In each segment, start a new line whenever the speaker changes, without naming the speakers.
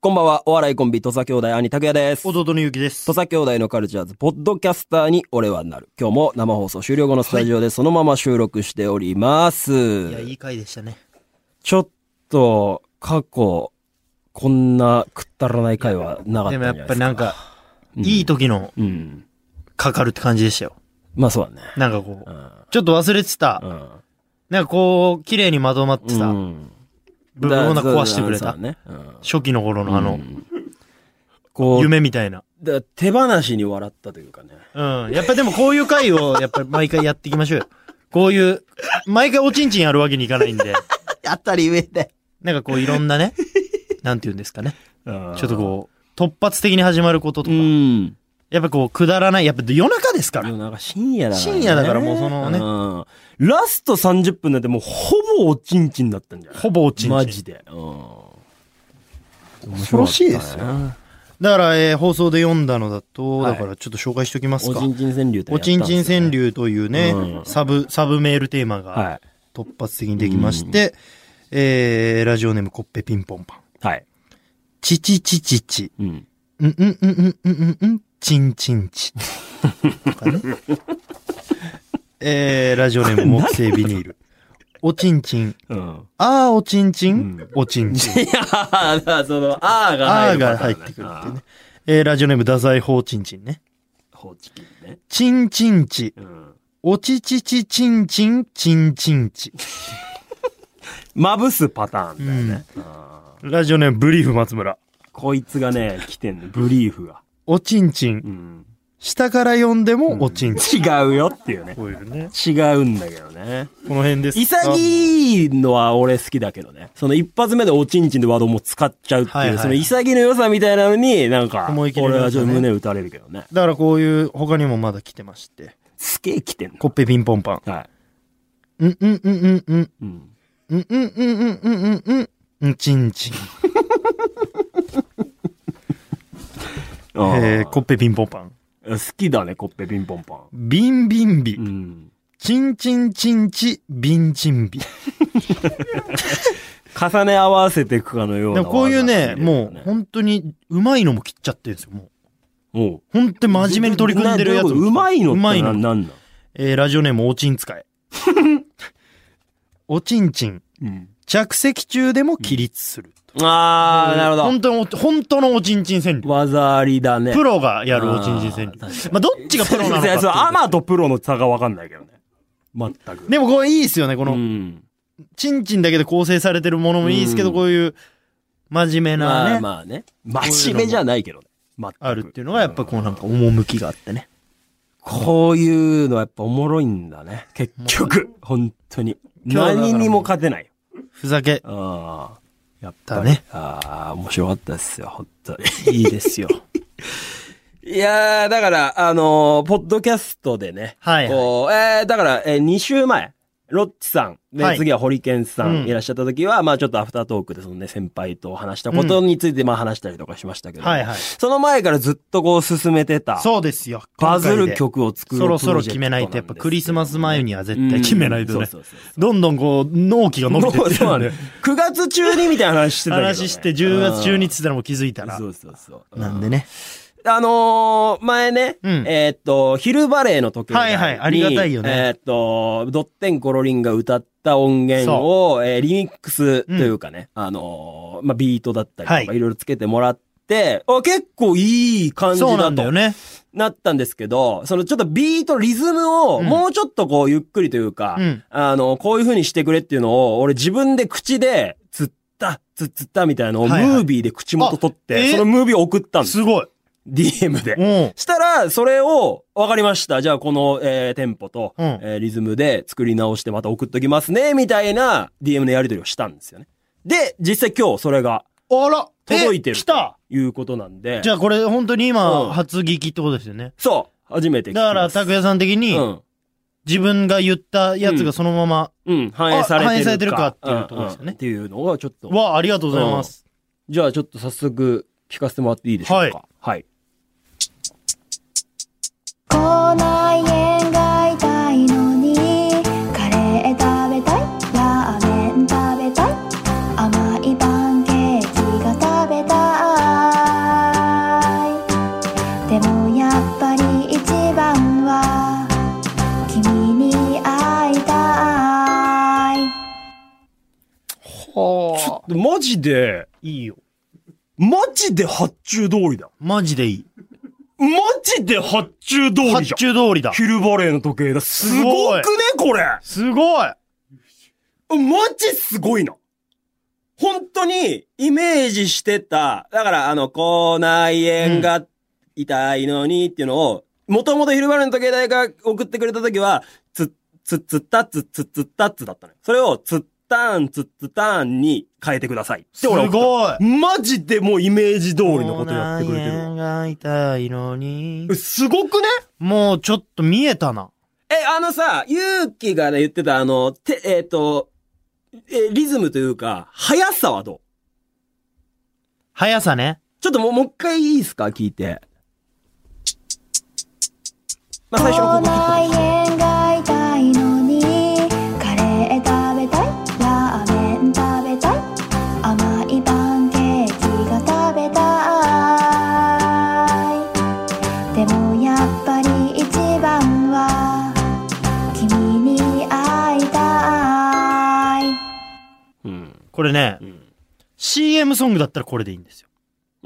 こんばんは、お笑いコンビ、土佐兄弟、兄拓也です。土
弟のゆうきです。
佐兄弟のカルチャーズ、ポッドキャスターに俺はなる。今日も生放送終了後のスタジオでそのまま収録しております。
いや、いい回でしたね。
ちょっと、過去、こんなくったらない回はなかったんじ
で
ゃ
も
な
や
い
っ
ですか。
ぱりなんか、いい時の
うん。
かかるって感じでしたよ。
まあそうだね。
なんかこう
う、ん
ちょっと忘れてた。
うん。
なんかこう、綺麗にまとまって
う
さ、
ん
部分をな壊してくれ
そう
た
だ。ね。うん
初期の頃のあ
う
の、
んこう、
夢みたいな。
だ手放しに笑ったという かね。
うん。やっぱでもこういう回を、やっぱり毎回やっていきましょうよ。こういう、毎回おちんちんやるわけにいかない んで、
当たり上で。
なんかこういろんなね、なんて言うんですかね。
ちょ
ちょっとこう、突発的に始まることと
う
か、
ん。
やっぱこう、くだらない、やっぱ夜中ですから。
なんか深夜だから、
深夜だからもうそのね
うん。ラスト30分なんてもうほぼおちんちんだったんじゃない
ほぼおちんちん。
マジで。うん。
恐ろしいです
面
よ
白かっ
だから、えー放送で読んだのだと、
はい
だからちょっと紹介しておきま
た
す
ね。おち。
か
んちん川柳ってのやっ
お
た
ち
ん
ん
です
ち
よ
ん川。柳というね、
うん
サブ、サブメールテーマが
は
突発的にできまして、えー、ラジオネームコッペピンポンパン。
い。はい。
ちちちちち。
うん。
うんうんうんうんうんうんうん。ちんちんち。とかね。えー、ラジオネーム木製ビニール。おちんちん。
うん。
あーおちんちん。
うん
おちんちん。
いやー、だからその、あーが
あ
入
ー
るパ
が
ターン
入
ね
ってくるっていうね。。えー、ラジオネーム太宰法ちんちんね。
あー放置機ね。
ちんちんち。
うん。
おちちちちんちん、ちんちんち。
まぶすパターンだよね。あー
ラジオネームブリーフ松村。
こいつがね、来てんの、ブリーフが。
おちんち
う。
ん
ん。
下から読んでもおちんち
違うよっていうね
ん。。こういうね。
違うんだけどね。
この辺ですか。
潔いのは俺好きだけどね。その一発目でおちんちんでワードをもう使っちゃうっていう、
はいはい
その潔の良さみたいなのに、なんか、
思い切りの
俺
良さね
はちょっと胸打たれるけどね。
だからこういう、他にもまだ来てまして。
すげえ来てん
コッペピンポンパン。
の。はい。
うんうんうんうんうん。
うん。
うんうんうんうんうんうんうん。うんちんちん。
あー
えー、コッペピンポンパン。
好きだね、コッペピンポンパン。
ビンビンビ
う。ん。
ちんちんちんち、ビンチンビ。
重ね合わせていくかのよう
で
な。
もこういうね、もう
う、
本当に、うまいのも切っちゃってるんですよ、もう。
も
本当に真面目に取り組んでるやつ。
うまいの
う
って
まい
ななん
の。
なん
えー、ラジオネーム、おちん使い。 おちんちん。
うん。
着席中でも起立する。
あー、なるほ
本当の、本当のおちんちん川
ど。
柳。
技ありだね。
プロがやるおちんちん川柳
あー確かに。
まあ、どっちがプロなのかっていう
いや
こ
そ
と
うアマとプロの差がわかんないけどね。全く。
でもこれいいですよね。こ
う
の、
ん。
ちんちんだけで構成されてるものもいいですけ
う
ど、
ん
こういう、真面目な
ま
ね、
あまあね。真面目じゃないけどね。全く
あるっていうのが、やっぱこうなんか趣があってね。
こういうのはやっぱおもろいんだね。結局。本当に。
今日はだからもう
何にも勝てない。
ふざけ
ああ。や
たね。
ああ、面白かったですよ、本当に。
いいですよ。
いやー、だから、あのーポッドキャストでね。
はいはい
こう、えー、だから、えー、2週前。ロッチさん、で、
はい
次はホリケンさ
うんん
いらっしゃった時は、まあちょっとアフタートークでそのね、先輩と話したことについて、まあ話したりとかしましたけど、
はいはい。
その前からずっとこう進めてた、
そうですよ。
バズ
今回
る
で
曲を作る
そろそろ
プロジェク
決
ト
めないと、やっぱクリスマス前には絶対
うん
決めないとね。
そうそうそう
どんどんこう、納期が伸びて
もう
っ て
そうな
る
んんだ
で
よ。9月中にみたいな話してたけど、ね。
話して10月中にっ
つ
つったらもう気づいたら
そ。うそうそう。
なんでね。
あのー前ね、
うん
えーっと、昼バレーの時計台に
はいはいありがたいよね
えーっと、ドッテンコロリンが歌った音源を、えーリミックスというかね、あのーまあ、ビートだったりとか、
はい
い、ろいろつけてもらって、あ結構いい感じだと。
そうなんだよね。
なったんですけど、そのちょっとビート、リズムを
うん
もうちょっとこうゆっくりというか、
うん
あの、こういう風にしてくれっていうのを、俺自分で口で、つった、つっつったみたいなのをム
はいはい
ービーで口元取って、
あえ
そのムービーを送ったんです。
すごい。
DM で。
うん。
したら、それを、わかりました。じゃあ、この、えーテンポと、
うん
えーリズムで作り直してまた送っときますね、みたいな DM のやり取りをしたんですよね。で、実際今日それが
あらえ
届いてる
来た
ということなんで、
じゃあこれ本当に
うん
今、初聞きってことですよね。
そう、初めて聞
だ
き
か
ま
ら、
す
拓也さん的に、
うん。
自分が言ったやつがそのまま、
うん、反映されてるか。
あ反映されてるかっていうとこですよね
んんっていうのがちょっと。
わあ、ありがとうございます。
じゃあちょっと早速聞かせてもらっていいでしょうか。はい。
口内炎が痛いのにカレー食べたいラーメン食べたい甘いパンケーキが食べた
ジで、
いいよ。
マジで発注通りだ。
マジでいい。
マジで発注通りじゃん
発。注通りだ。
昼バレーの時計だ。すごくね、これ。
すごい
マジすごいな。本当に、イメージしてた、だから、あの、口内炎が痛いのにっていうのを、もともと昼バレーの時計台が送ってくれた時は、つっ、つっつったっつっつっつったっつだったのよ。それを、つったんつっつったんに変えてください。って
す
俺
ご
はいマジでもうイメージ通りのことやってくれてるわ。
口内炎が痛いのに
え。すごくね
もうちょっと見えたな。
え、あのさ、ゆうきがね、言ってた、あの、て、えっ、と、え、リズムというか、速さはどう
速さね。
ちょっともう、もう一回いいですか聞いて。まあ、最初のここ切って
口内炎が痛いのにカレー食べたいラーメン食べたい甘いパンケーキが食べたいでもやっぱり一番は君に会いたい
うん。
これね、CM ソングだったらこれでいいんですよ。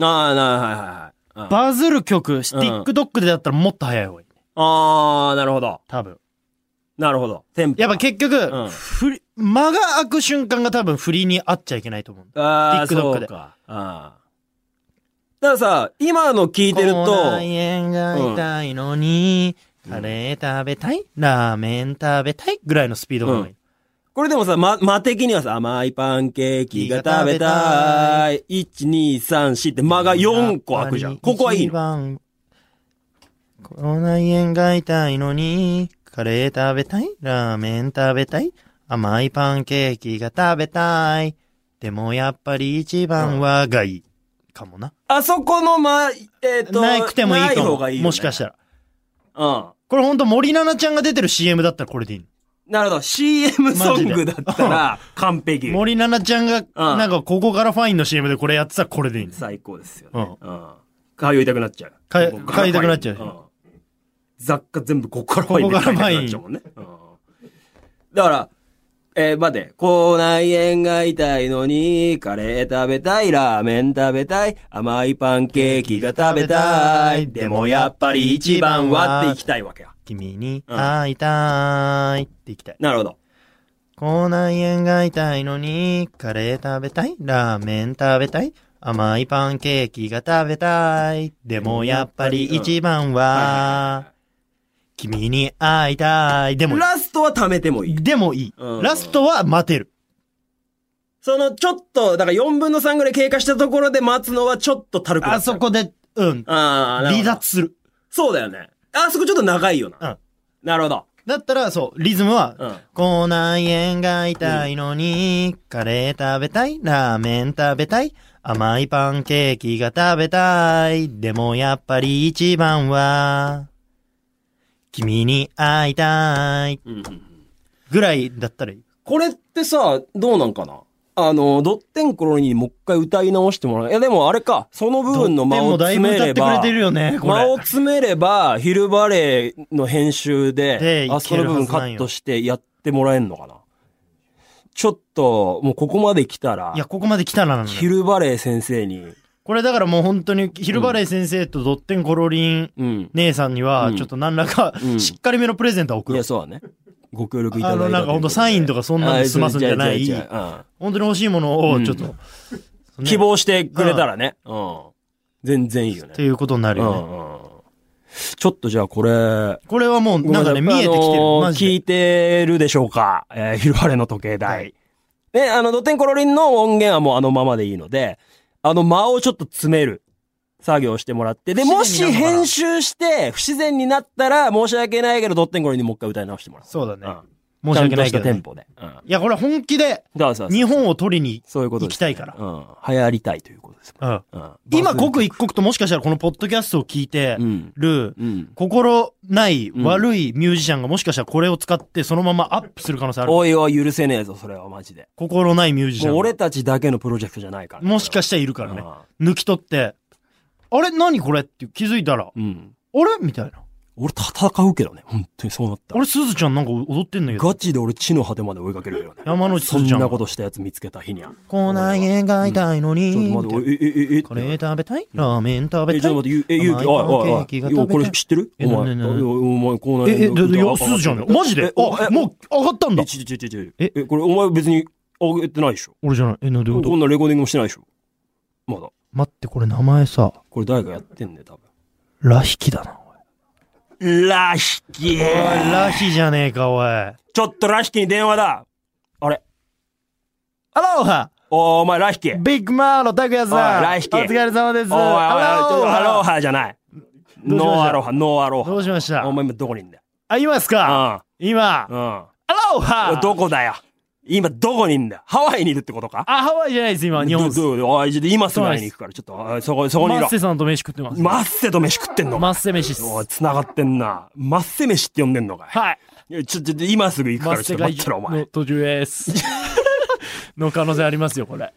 ああ、な、はいはいはい。あ
バズる曲、
うん
TikTok でだったらもっと速い方がいいね。
あー、なるほど。
多分。
なるほど。テンポ。
やっぱ結局、
うん
振り間が空く瞬間が多分振りに合っちゃいけないと思う。
ああ、
TikTok
そう
で
か。ああ。たださ、今の聞いてると、
口内炎が痛いのに、
うん
カレー食べたい、ラーメン食べたいぐらいのスピードがいい、
うんこれでもさ、ま、間的にはさ、甘いパンケーキが食べたい。1、2、3、4って間が4個開くじゃん。ここはいいの。
の。コロナ炎が痛いのに、カレー食べたい、ラーメン食べたい、甘いパンケーキが食べたい。でもやっぱり一番はがいい。かもな。
あそこの間、えっ、と、
なくてもいい
ない
か
方
も。
がいい、
もしか
し
したら。
たら。
これほんと森七菜ちゃんが出てる CM だったらこれでいいの。
うん。なるほど。CM ソングだったら、 完璧。
森七菜ちゃんが、なんかここからファインの CM でこれやってたらこれでいいの。
最高ですよね。うん。通いたくなっちゃう。
かゆ
ここから
通いたくなっちゃう
うん。雑貨全部ここからファインで
ここから
買いたくなっちゃうもんね。うんだから、えー、待て。口内炎が痛いのに、カレー食べたい、ラーメン食べたい、甘いパンケーキが食べたい。でもやっぱり一番はっていきたいわけや。
君に会いたいっていきたい。
なるほど。
口内炎が痛いのに、カレー食べたい、ラーメン食べたい、甘いパンケーキが食べたい。でもやっぱり一番は、君に会いたい。でも、
ラストは貯めてもいい。
でもいい。
うん
ラストは待てる。
その、ちょっと、だから4分の3ぐらい経過したところで待つのはちょっとたるくな
あ
っちゃう
そ。こで、うん、
ああ、なるほ
離
ど
脱する。
そうだよね。あそこちょっと長いよな。
うん
なるほど。
だったら、そう、リズムは、
うん。
口内炎が痛いのに、カレー食べたい、ラーメン食べたい、甘いパンケーキが食べたい。でもやっぱり一番は、君に会いたい。
うんうんうん
ぐらいだったらいい。
これってさ、どうなんかなあの、ドッテンコロニーにもう一回歌い直してもらう。いや、でもあれか、その部分の間を
だい
詰
ぶ
めれ
歌ってくれ
ば、
てるよね、こ
間を
れ。
詰めれば、ヒルバレーの編集で
で、
あそこの部分
いける
カ
はずなん
ッ
よ
トしてやってもらえんのかなちょっと、もうここまで来たら
い、や、ここまで来たらなの
ヒ
よ。
ルバレー先生に、
これだからもう本当に、ヒルバレー先生とドッテンコロリン
うん。
姉さんに
う
は
ん、
ちょっと何らか
う、ん
しっかりめのプレゼントは送
い
ろう
や、。そうだね。ご協力いただ
あ
いた
の、なんかほんとサインとかそんなの済ますんじゃない。
あ違う違う違ううん
本当に欲しいものを、ちょっと、ね
希望してくれたらね。うん。全然いいよね。
っていうことになる
うん
よね。
うんちょっとじゃあこれ、
これはもう、なんかね、
ご
見
め
えてき
さいあ
てる
の。ー
マ
聞
ジ
いてるでしょうかえー、昼晴れの時計台。
はい
ね、あの、ドテンコロリンの音源はもうあのままでいいので、あの間をちょっと詰める作業をしてもらって、で、
不
も
自
し
然になるのかな
編集して不自然になったら申し訳ないけど、ドテンコロリンにもう一回歌い直してもらう。
そうだね
ん
申し訳ない
ちゃ
け
んとし
ど
たテ
ね、
ンポで。うん。
いや、これ本気で、
そうそうそう
日本を取りに、
そういうことです、
行きたいから
うん。流行りたいということです。
うん
うん。
今、刻一刻ともしかしたらこのポッドキャストを聞いて
うん。
る、
うん。
心ない悪いミュージシャンがもしかしたらこれを使ってそのままアップする可能性ある。
おいおい許せねえぞ、それはマジで。
心ないミュージシャ
もう
ン
俺
が。
たちだけのプロジェクトじゃないからね、
もしか
し
したらいるから
あ
ね。抜き取って、あれ何これって気づいたら、あ
うん。
れみたいな。
俺戦うけどね。本当にそうなった
あ
ら。
れ、すずちゃんなんか踊ってんだけど。
ガチで俺地の果てまで追いかけるよね。
山之内す
そ
ず
ん
ちゃん。
なことしたやつ見つけた日にゃ。
こない絵が痛い
ちょっ
のに。
と待って、おいえ、え、え、え、
カレー食べたいラーメン食
え、
べ
ち
た
ょっ
い
と待って、ゆえ、ゆうき、
甘い
おい、
パ
お
ンケー
い、
キが
おい。いやこれ知ってる
え
お前、
なになに
お前、こうな
え、え、だだよ、すずちゃんだよ。マジであ、もう上がったんだ
え、。ち、ち、ち、ち、
え
え、これお前別にあげてないでしょ
俺じゃない。え、なんで
こんなレコーディングもしてないでしょまだ。
待って、これ名前さ、
これ誰かやってんね、多
ラヒキだな。
分。ラヒキ
おいラヒじゃねえか、おい。ア
ちょっとラヒキに電話だあれ
ロハ
おーお前ラヒキおい
ビッグマーロ拓也さ
お
ん
いラヒキ
お疲れ様
おいおいち
です
ょっとアロ
ハ
ハじゃない
どうしました
ノーアロハノーアロ
どう
ハ
しました
お前今どこにいんだよ
あ、今ですか今
う、んうん
アロ
お
ハ
いどこだよ今どこにいんだよハワイにいるってことか
あ、ハワイじゃないです、今、日本です。
どどういうことおいちょっと今すぐ会いに行くからちょっとあいそこそこに
マ
いろ
ッセさんと飯食ってます。
マッセと飯食ってんのか
マッセ飯っす。
おい繋がってんなマッセ飯って呼んでんのか
はい。
いやちょちょっと今すぐ行く
マ
から
ッ
ちょ
セ
っと
が
待ってろお前
の途中です。の可能性ありますよ、これ。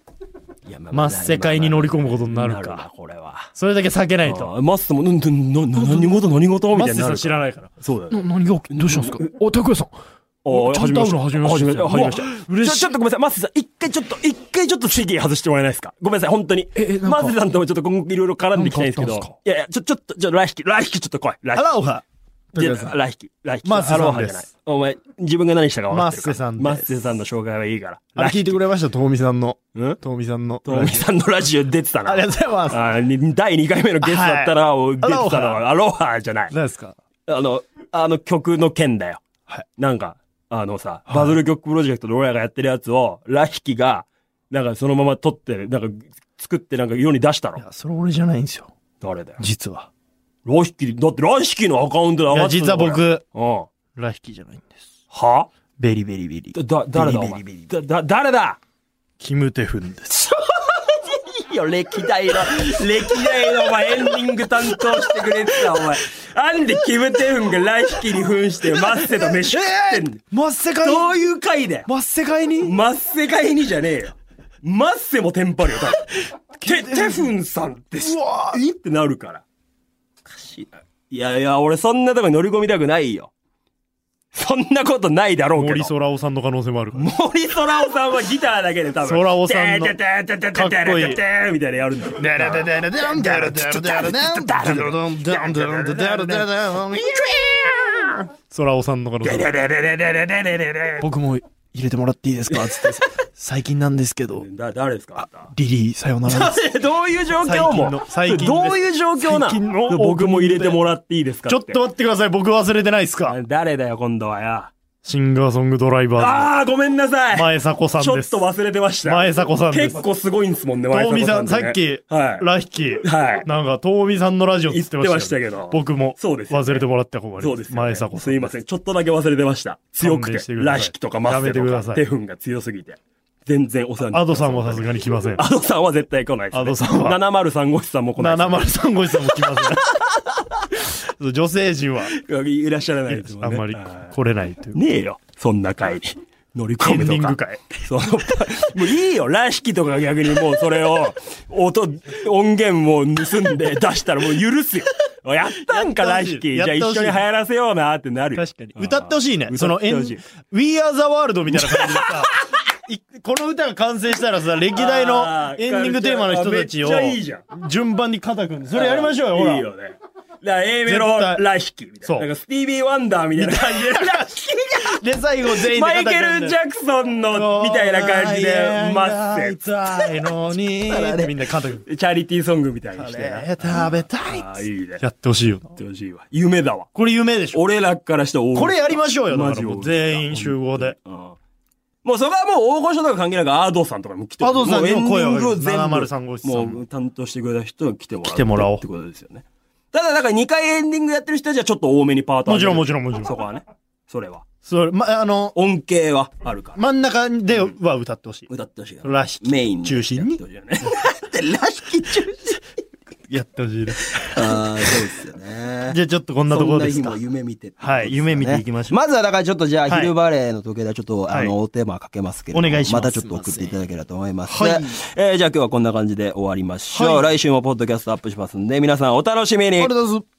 いやまあ
マッセ会に乗り込むことになる
なるな
か。
これは
それだけ避けないと。
あマッセもうんうんなな何事何事み
マ
たい
ッ
に
セ
な
さん
る
知
から
らないから。
そうだよ
な何が起きどうしたんですかお、拓也さん。
おー
ちゃんと会うの初めましてですよ
初めまして
うわ
ちょ、
嬉しい
ちょっとごめんなさい。マスさん、一回ちょっと、一回ちょっと席外してもらえないですかごめんなさい、本当に。
ええなんか
マスさんともちょっと今後いろいろ絡んでいきたいんですけど。
なんかあっ
いやいや、ちょ、ちょっと、ちょ、ラヒキ、ラヒキちょっと来い。ラ
ア
ヒキ。
ラオハ。
いや
拓也さん
ラヒキ、ラヒキ。
マスさん
アロハじゃ
で
ない
す。
お前、自分が何したか分かってるから。
マスさんです
マスさんの紹介はいいから。
あれ聞いてくれましたともみさんの。
うん
ともみさんの。
トミさんのラジオ出てたな。
ありがとうございます。
あに第2回目のゲストだったら、お出てたのはアロハじゃない。
何ですか
あの、あの曲の件だよ。
はい
なんか、あのさ、バズル曲プロジェクトで俺らがやってるやつを、ラヒキが、なんかそのまま撮って、なんか作ってなんか世に出した
い
ろ。
や、それ俺じゃないんですよ。
誰だよ。
実は。
ラヒキ、だってラヒキのアカウントで上
い
が
や、
ってん
実
だ
は。
これ
僕、
うん。
ラヒキじゃないんです。
は
ベリベリベリ。
だ、だ、誰だお
ビリビ
前
リビリ
だ、だ、誰だ
キムテフンです。
いいよ、歴代の、歴代のお前エンディング担当してくれてたお前。なんでキムテフンがラヒキに扮してマッセと飯食ってんの
マッセ会
どういう回だよ
マッセ会に
マッセ界にじゃねえよ。マッセもテンパるよ、多分。て、テフンさんって知っ
うわ
いってなるから。おかしいな。いやいや、俺そんなとこに乗り込みたくないよ。そんなことないだろうけど。
森空夫さんの可能性もあるから。
森空夫さんはギターだけで多分。
空夫さんの
ててててててて
かっこいい
てててみたいなやるんだろ。
ダラダラダランダラダラダラダンダラダランダラダラダラダラン空尾さんの可能性もある僕も入れてもらっていいですかつって最近なんですけど
だ、誰ですかあん
リリーさよなら
た どういう状況
最近
も
の最近です
どういう状況な
最近の
の僕も入れてもらっていいですか
ちょっと。待ってください僕忘れてないですか
誰だよ、今度はよ。
シンガーソングドライバ
ああ、ごめんなさ
ー
い。
ズ前迫さん
ちょ
で
っ
す
と忘れてました。
前迫さんです
結構すごいんですもんね、前
遠見
迫
さ
さ
ん
ん
さ
て
っ
ね
き
はい。
ラヒキ
はい
なんか遠見さんのラジオっつってましたよ
言ってましたけ
ね
ど
僕も
そうですよね
忘れてもらって困
そう
り
ですよね、
前迫さ
す
ん
いません。ちょっとだけ忘れてました。強く
勘弁
て
して。ください
ラヒキとかマッセ
やめてく
と
だ
か
さい
テフンが強すぎて。全然お世話にな
ア
って
ド
ます
さんはさすがに来ません
アドさんは絶対来ないです、ね。
アドさんは
703号室さんも来ないです、
703号室も来ま せん。女性陣は、
いらっしゃらないですもん
あん
ね。
まり
はい
来れないという。
ねえよ。そんな会に。乗り
エ
込
ンデ
む
ィング
とか。
会。
その、もういいよ、ラヒキとか逆にもうそれを、音、音源も盗んで出したらもう許すよ。やったんか、
やっ
ラ
てほしい
ヒキ。じ
やっ
ゃあ
て
一
ほしい
緒に流行らせようなってなるよ。
確かに。歌ってほしいね
う。ん
その、
歌っ
エ
て
ン
ほしい
We Are the World みたいな感じ でさ、いこの歌が完成したらさ、歴代の
あー
エンディングテーマの人たちを
めっちゃいいじゃ
順番に肩組んで、それやりましょうよ、ほ
いい
ら。
よね。だから A メロ、
絶対
ラヒキみたい
そう
な。なんかスティービー・ワンダーみたいな感じで、ラヒキ
で、最後全員で
マ
肩
イ
組
ケ
んで。
ル・ジャクソンの、みたいな感じで、マッ
セ。のに、みんな肩組んで。
セ。チャリティーソングみたいに
あ
してな。
れ食べたいっ
ああ、
つって
いいね。や
やってほしいよな。
ってほしいわ。夢だわ。
これ夢でしょ
俺らからして大
これやりましょうよ。だ
マ
か
ジ
らもう
大
全員集合で。
もうそこはもう大御所とか関係なくアードさんとかも来て
アドさ
も
ん
うエンディングを
声を上げる
全
703号室
部
さん
もう担当してくれた人が来てもらう
来てもらおう
ってことですよねただだから2回エンディングやってる人たちはちょっと多めにパート
もちろんも
ろ
ちろんもちろ
そ
ん。
こはねそれは
それ、ま、あの、
恩恵はあるから
真ん中では歌ってほしい。
歌ってほしいから
らしき。
メインで
中心に
やってほしいよねなんで ラヒキ中心
やってほしいです。
ああそうですよね
じゃあちょっとこんなところです
そんな
か
日も。夢見てってことですよね
はい、夢見ていきましょう。
まずはだからちょっとじゃあ、
はい
昼バレーの時計台ちょっと、
はい
あの、おテーマかけますけれども。
お願いします
またちょっと送っていただければと思います。
はい
えーじゃあ今日はこんな感じで終わりましょう。
は
来週もポッドキャストアップしますんで、皆さんお楽しみに
ありがとうございます。